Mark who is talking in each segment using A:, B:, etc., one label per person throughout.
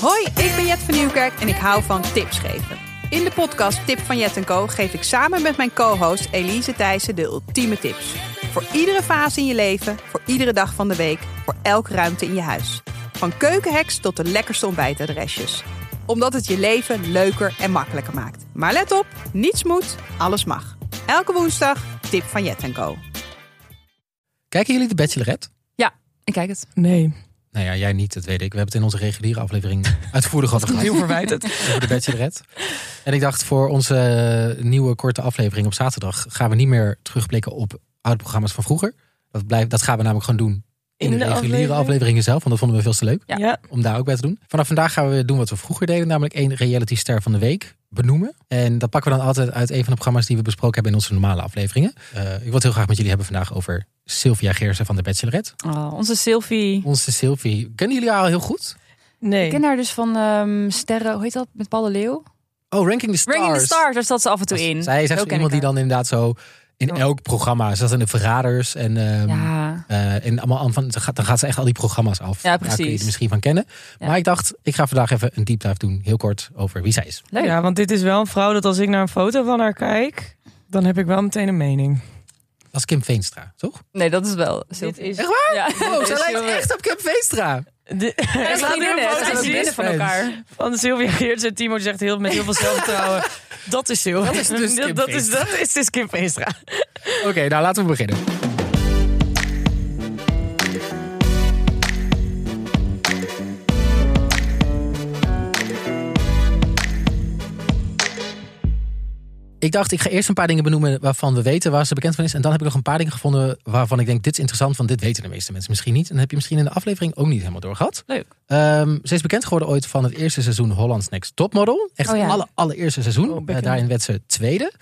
A: Hoi, ik ben Jet van Nieuwkerk en ik hou van tips geven. In de podcast Tip van Jet Co geef ik samen met mijn co-host Elise Thijssen de ultieme tips. Voor iedere fase in je leven, voor iedere dag van de week, voor elke ruimte in je huis. Van keukenheks tot de lekkerste ontbijtadresjes. Omdat het je leven leuker en makkelijker maakt. Maar let op, niets moet, alles mag. Elke woensdag Tip van Jet Co.
B: Kijken jullie de Bachelorette?
C: Ja, ik kijk het.
D: Nee.
B: Nou ja, jij niet, dat weet ik. We hebben het in onze reguliere aflevering uitvoerig over gehad. Heel verwijtend. Over de Bachelorette. En ik dacht, voor onze nieuwe korte aflevering op zaterdag... gaan we niet meer terugblikken op oude programma's van vroeger. Dat, blijft, dat gaan we namelijk gewoon doen in, de, reguliere afleveringen zelf. Want dat vonden we veel te leuk
C: Ja.
D: Ja.
B: om daar ook bij te doen. Vanaf vandaag gaan we doen wat we vroeger deden. Namelijk één reality ster van de week benoemen. En dat pakken we dan altijd uit een van de programma's... die we besproken hebben in onze normale afleveringen. Eh, ik wil het heel graag met jullie hebben vandaag over... Sylvia Geersen van de Bachelorette.
C: Oh, onze Sylvie.
B: Onze Sylvie. Kennen jullie haar al heel goed?
D: Nee.
C: Ik ken haar dus van ehm, Sterren, hoe heet dat? Met Paul de Leeuw?
B: Oh, Ranking the Stars.
C: Ranking the Stars, daar zat ze af en toe in.
B: Zij is
C: Zo
B: echt zo
C: ken
B: iemand die
C: ik haar.
B: dan inderdaad zo in
C: Ja.
B: elk programma ze zat in de Verraders en ehm,
C: Ja,
B: eh, en allemaal aan van dan gaat- dan gaat ze echt al die programma's af.
C: Ja,
B: Daar kun je
C: precies.
B: het misschien van kennen.
C: Ja.
B: Maar ik dacht, ik ga vandaag even een deep dive doen, heel kort over wie zij is.
C: leuk.
D: Ja, want dit is wel een vrouw dat als ik naar een foto van haar kijk, dan heb ik wel meteen een mening.
B: Dat is Kim Veenstra, toch?
C: Nee, dat is wel Sylvie.
D: is
B: Echt waar?
C: Ja.
B: Oh, ze lijkt echt op Kim Veenstra.
C: Ze
D: Er
C: zijn
D: staat nu
C: vriendinnen,
D: een
C: ze
D: foto
C: zijn
B: precies.
C: vriendinnen van elkaar.
D: van Sylvia Geerts en Timo die zegt heel, met heel veel zelfvertrouwen. Dat is Sylvia.
B: Dat is dus Kim
D: dat, dat is,
B: Veenstra.
D: dat is dus Kim Veenstra.
B: Oké, nou laten we beginnen. Ik dacht, ik ga eerst een paar dingen benoemen waarvan we weten waar ze bekend van is. En dan heb ik nog een paar dingen gevonden waarvan ik denk, dit is interessant, want dit weten de meeste mensen misschien niet. En dat heb je misschien in de aflevering ook niet helemaal doorgehad.
C: Leuk.
B: Ehm, ze is bekend geworden ooit van het eerste seizoen Holland's Next Topmodel. Echt
C: Oh ja.
B: het alle, allereerste seizoen.
D: Oh,
B: Eh,
D: bekend.
B: daarin werd ze tweede.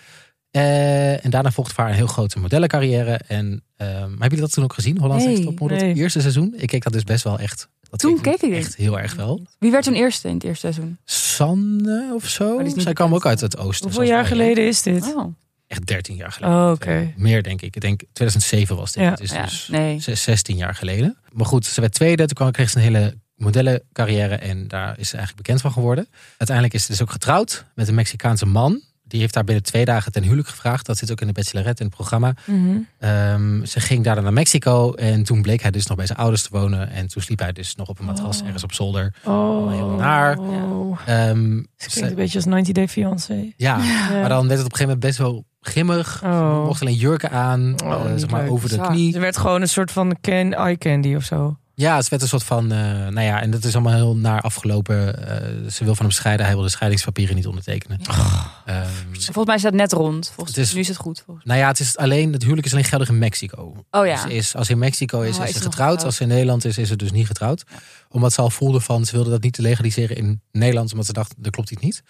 B: Eh, en daarna volgt voor haar een heel grote modellencarrière. En ehm, maar hebben jullie dat toen ook gezien? Holland's
C: Nee.
B: Next Topmodel, het
D: Nee.
B: eerste seizoen. Ik keek dat dus best wel echt. Dat
C: Toen keek
B: ik
C: ik
B: echt heel erg wel.
C: Wie werd toen eerste in het eerste seizoen?
B: Sanne of zo.
C: die is niet
B: Zij kwam ook
C: bekend.
B: uit het oosten.
D: Hoeveel
B: zoals
D: jaar
B: wij.
D: geleden is dit?
C: Oh,
B: Echt 13 jaar geleden.
D: Oh, Oké.
B: Meer denk ik. Ik denk 2007 was dit.
D: Ja.
B: Het is
C: ja.
B: dus
C: Nee.
B: zes- 16 jaar geleden. Maar goed, ze werd tweede. Toen kwam, kreeg ze een hele modellencarrière. En daar is ze eigenlijk bekend van geworden. Uiteindelijk is ze dus ook getrouwd met een Mexicaanse man. Die heeft haar binnen twee dagen ten huwelijk gevraagd. Dat zit ook in de Bachelorette in het programma.
D: Mhm.
B: Ehm, ze ging daarna naar Mexico. En toen bleek hij dus nog bij zijn ouders te wonen. En toen sliep hij dus nog op een matras
D: Oh.
B: ergens op zolder.
D: Oh.
B: naar.
D: Ja.
B: Ehm,
D: Ze
B: ze-
D: klinkt een beetje als 90 Day Fiancé.
B: ja,
D: Ja.
B: maar dan werd het op een gegeven moment best wel grimmig. Ze
D: Oh.
B: mocht alleen jurken aan,
D: Oh,
B: eh,
D: niet
B: zeg maar
D: leuk.
B: over de
C: Bizar.
B: knie.
D: Ze werd gewoon een soort van can eye candy of zo.
B: Ja, het werd een soort van, eh, nou ja, en dat is allemaal heel naar afgelopen. Eh, ze wil van hem scheiden, hij wil de scheidingspapieren niet ondertekenen. Ehm,
C: Volgens mij is dat net rond. Volgens,
B: Het is-
C: Nu is het goed. Volgens.
B: nou ja, het, is alleen, het huwelijk is alleen geldig in Mexico.
C: Oh ja.
B: Ze Dus is, als ze in Mexico is,
C: Oh,
B: is, ze
C: is ze nog
B: getrouwd.
C: getrouwd.
B: Als ze in Nederland is, is ze dus niet getrouwd. Omdat ze al voelde van, ze wilde dat niet legaliseren in Nederland. Omdat ze dacht, dat klopt iets niet.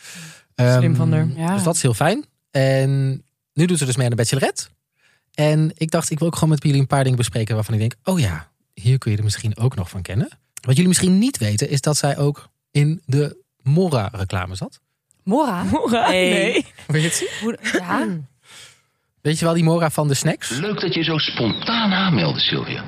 B: Ehm,
D: van haar.
C: Ja.
B: Dus dat is heel fijn. En nu doet ze dus mee aan de Bachelorette. En ik dacht, ik wil ook gewoon met jullie een paar dingen bespreken waarvan ik denk, oh ja, hier kun je er misschien ook nog van kennen. Wat jullie misschien niet weten, is dat zij ook in de Mora-reclame zat.
C: Mora?
D: Hoera,
C: Nee.
B: Wil je het zien?
C: Hoe- Ja.
B: Weet je wel, die Mora van de snacks?
E: Leuk dat je zo spontaan aanmeldde, Sylvia.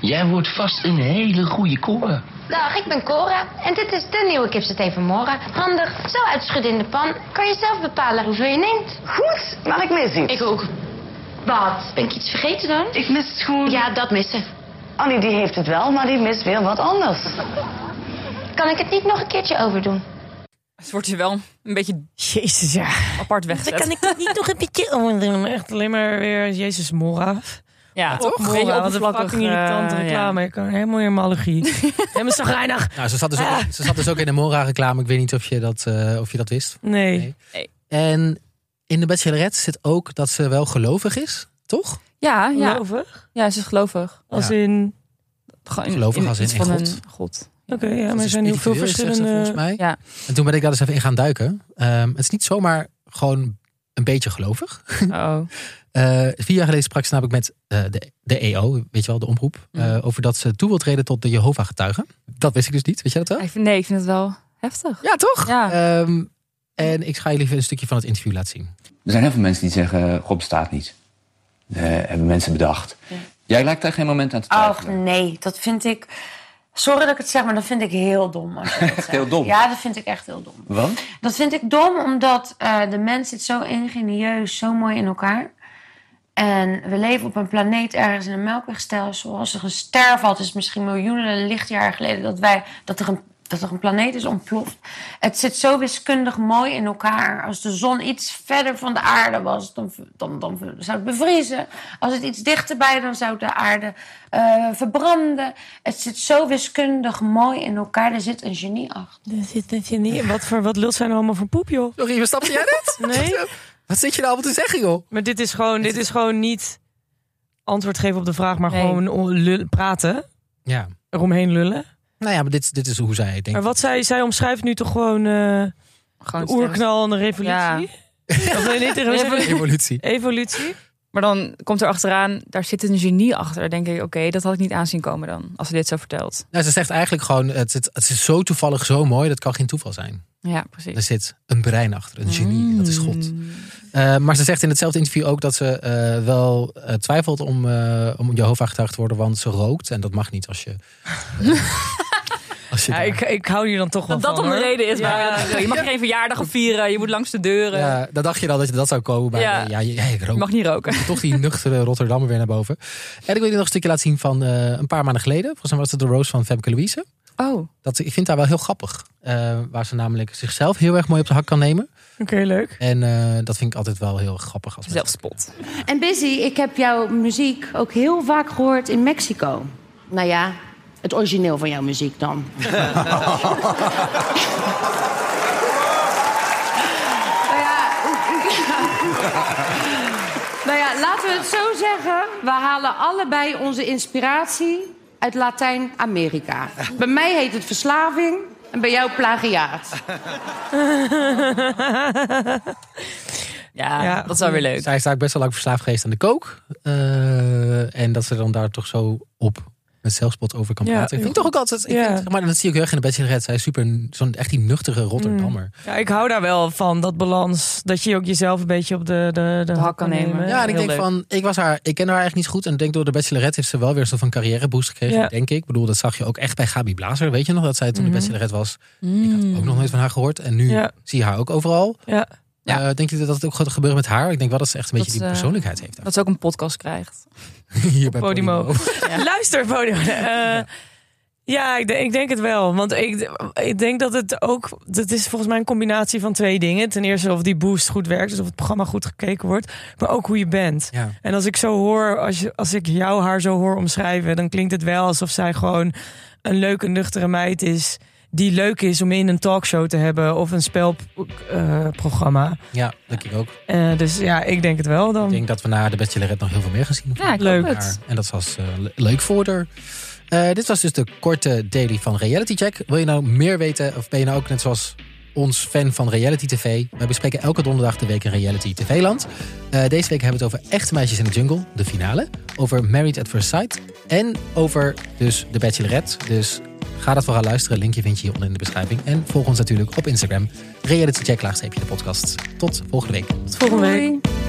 E: Jij wordt vast een hele goede koren.
F: Dag, ik ben Cora en dit is de nieuwe kipsaté van Mora. Handig, zo uitschudden in de pan. Kan je zelf bepalen hoeveel je neemt.
G: Goed, maar ik mis iets.
F: Ik ook. Wat? Ben ik iets vergeten dan?
G: Ik mis gewoon...
F: Ja, dat missen.
G: Annie die heeft het wel, maar die mist weer wat anders.
F: Kan ik het niet nog een keertje overdoen?
C: Ze Dus wordt hier wel een beetje
D: Jezus, ja.
C: apart weggezet.
D: het niet nog een beetje Oh, overdoen. Echt alleen maar weer Jezus Mora.
C: Ja,
D: Toch?
C: Een beetje
D: Mora, wat een
C: oppervlakkig,
D: fucking irritante
C: eh, ja.
D: reclame. Ik kan helemaal in mijn allergie. helemaal zagrijnig.
B: Nou, ze zat dus
D: Ah.
B: ook, ze zat dus ook in de Mora-reclame. Ik weet niet of je dat, eh, of je dat wist.
D: Nee.
B: Nee.
C: Nee.
B: En in de Bachelorette zit ook dat ze wel gelovig is, toch?
C: Ja, ja.
D: Gelovig?
C: ja, ze is gelovig.
D: Als
B: Ja.
D: in...
C: Gewoon
B: Gelovig als in-
C: iets
B: in
C: van
B: God.
C: een god.
D: Oké,
B: Dat
D: ja, maar
B: is
D: er zijn heel veel
B: spiritueel, zegt ze
D: verschillende...
B: volgens mij.
C: Ja.
B: En toen ben ik daar dus even in gaan duiken. Ehm, het is niet zomaar gewoon een beetje gelovig.
C: Oh.
B: Eh, vier jaar geleden sprak ze namelijk met eh, de, de EO, weet je wel, de omroep,
D: Mm.
B: eh, over dat ze toe wil treden tot de Jehovah-getuigen. Dat wist ik dus niet, weet jij dat wel?
C: Ik vind, nee, ik vind het wel heftig.
B: Ja, toch?
C: Ja.
B: Ehm, en ik ga jullie even een stukje van het interview laten zien.
H: Er zijn heel veel mensen die zeggen, God bestaat niet. Eh, hebben mensen bedacht. Jij lijkt daar geen moment aan te
I: Ach
H: twijfelen.
I: nee, dat vind ik Sorry dat ik het zeg, maar dat vind ik heel dom. Als je dat zegt.
H: Heel dom.
I: Ja, dat vind ik echt heel dom.
H: Want?
I: Dat vind ik dom, omdat eh, de mens zit zo ingenieus, zo mooi in elkaar. En we leven op een planeet ergens in een melkwegstelsel. Als er een ster valt, is het misschien miljoenen lichtjaren geleden dat, wij, dat, er een, dat er een planeet is ontploft. Het zit zo wiskundig mooi in elkaar. Als de zon iets verder van de aarde was, dan, dan, dan zou het bevriezen. Als het iets dichterbij, dan zou de aarde eh, verbranden. Het zit zo wiskundig mooi in elkaar. Er zit een genie achter.
D: Er zit een genie. Wat, voor, wat lult zij nou allemaal voor poep, joh?
B: Sorry, wat snapte jij dit?
D: Nee.
B: Wat zit je nou allemaal te zeggen, joh?
D: Maar dit is gewoon, dit is gewoon niet antwoord geven op de vraag, maar
C: Nee.
D: gewoon on- lul- praten.
B: Ja.
D: Eromheen lullen.
B: Nou ja, maar dit, dit is hoe zij denkt.
D: Maar wat zij, zij omschrijft nu toch gewoon eh,
C: Gewoon
D: de oerknal en de revolutie? Of wil je niet tegen me zeggen?
B: Evolutie.
D: Evolutie?
C: Maar dan komt er achteraan, daar zit een genie achter. Dan denk ik, oké, dat had ik niet aanzien komen dan. Als ze dit zo vertelt.
B: Nou, ze zegt eigenlijk gewoon, het, zit- het is zo toevallig zo mooi, dat kan geen toeval zijn.
C: Ja, precies.
B: Er zit een brein achter, een genie, dat is God.
C: Mm.
B: Eh, maar ze zegt in hetzelfde interview ook dat ze eh, wel eh, twijfelt om, eh om Jehovah getuigd te worden, want ze rookt en dat mag niet als je. eh, als je
D: Ja,
B: daar-
D: ik, ik hou hier dan toch wel
C: Dat dat
D: van,
C: om de
D: hoor.
C: reden is. waar- Je mag geen verjaardag vieren. Je moet langs de deuren.
B: ja, dan dacht je dan dat je dat zou komen. Maar
C: eh, Ja.
B: ja, ja, ja, ik
C: Je
B: rook.
C: mag niet roken.
B: toch die nuchtere Rotterdammer weer naar boven. En ik wil je nog een stukje laten zien van eh, een paar maanden geleden. Volgens mij was het de Rose van Femke Louise.
C: Oh,
B: Dat, ik vind daar wel heel grappig. eh, waar ze namelijk zichzelf heel erg mooi op de hak kan nemen.
D: Oké, leuk.
B: En eh, dat vind ik altijd wel heel grappig. Als mensen-
C: zelfspot.
J: En Busy, ik heb jouw muziek ook heel vaak gehoord in Mexico. Nou ja, het origineel van jouw muziek dan.
I: Nou ja,
J: Nou ja, laten we het zo zeggen. We halen allebei onze inspiratie uit Latijn-Amerika. Bij mij heet het verslaving en bij jou plagiaat.
C: Ja,
D: Ja,
C: dat is wel weer leuk.
B: Zij is daar best wel lang verslaafd geweest aan de kook. Eh, en dat ze dan daar toch zo op met zelfspot over kan
D: Ja,
B: praten. Ik
D: heel
B: vind toch ook altijd... Ik
D: Ja. Mm.
B: vind, zeg maar, dat zie ik heel erg in de Bachelor Red. Zij is super, zo'n echt die nuchtere Rotterdammer.
D: Ja, ik hou daar wel van, dat balans. Dat je ook jezelf een beetje op de, de, de hak kan nemen.
B: Ja, en ik
C: heel
B: denk
C: leuk.
B: van, ik was haar, ik ken haar eigenlijk niet goed. En ik denk door de Bachelorette heeft ze wel weer zo van carrièreboost gekregen,
D: Ja.
B: denk ik. Ik bedoel, dat zag je ook echt bij Gabi Blazer. Weet je nog dat zij toen
D: Mhm.
B: de Bachelorette was? Ik had ook nog nooit van haar gehoord. En nu
D: Ja.
B: zie je haar ook overal.
D: Ja.
B: Eh, denk je dat het ook gaat gebeuren met haar? Ik denk wel dat ze echt een beetje
C: Dat
B: die
D: eh,
C: ze-
B: persoonlijkheid heeft.
C: Dat ze ook een podcast krijgt.
B: Hier bij
D: Podimo.
C: Ja.
D: Luister, Bodo. Eh, ja, ik, denk, ik denk het wel. Want ik, ik denk dat het ook... Dat is volgens mij een combinatie van twee dingen. Ten eerste of die boost goed werkt. Dus of het programma goed gekeken wordt. Maar ook hoe je bent.
B: Ja.
D: En als ik zo hoor, als, je, als ik jou haar zo hoor omschrijven, dan klinkt het wel alsof zij gewoon een leuke, nuchtere meid is. Die leuk is om in een talkshow te hebben of een spelprogramma.
B: ja, denk ik ook.
D: dus ja, ik denk het wel dan.
B: Ik denk dat we na de Bachelorette nog heel veel meer gaan zien.
C: Ja, ik
D: Leuk.
B: haar.
C: hoop het.
B: En dat was eh, le- leuk voor haar. Eh, dit was dus de korte daily van Reality Check. Wil je nou meer weten of ben je nou ook net zoals ons fan van Reality TV? Wij bespreken elke donderdag de week in Reality TV-land. deze week hebben we het over Echte Meisjes in de Jungle, de finale. Over Married at First Sight. En over dus de Bachelorette. Dus ga dat vooral luisteren. Linkje vind je hieronder in de beschrijving. En volg ons natuurlijk op Instagram. Reality Check laagstreepje de podcast. Tot volgende week.
D: Tot volgende week.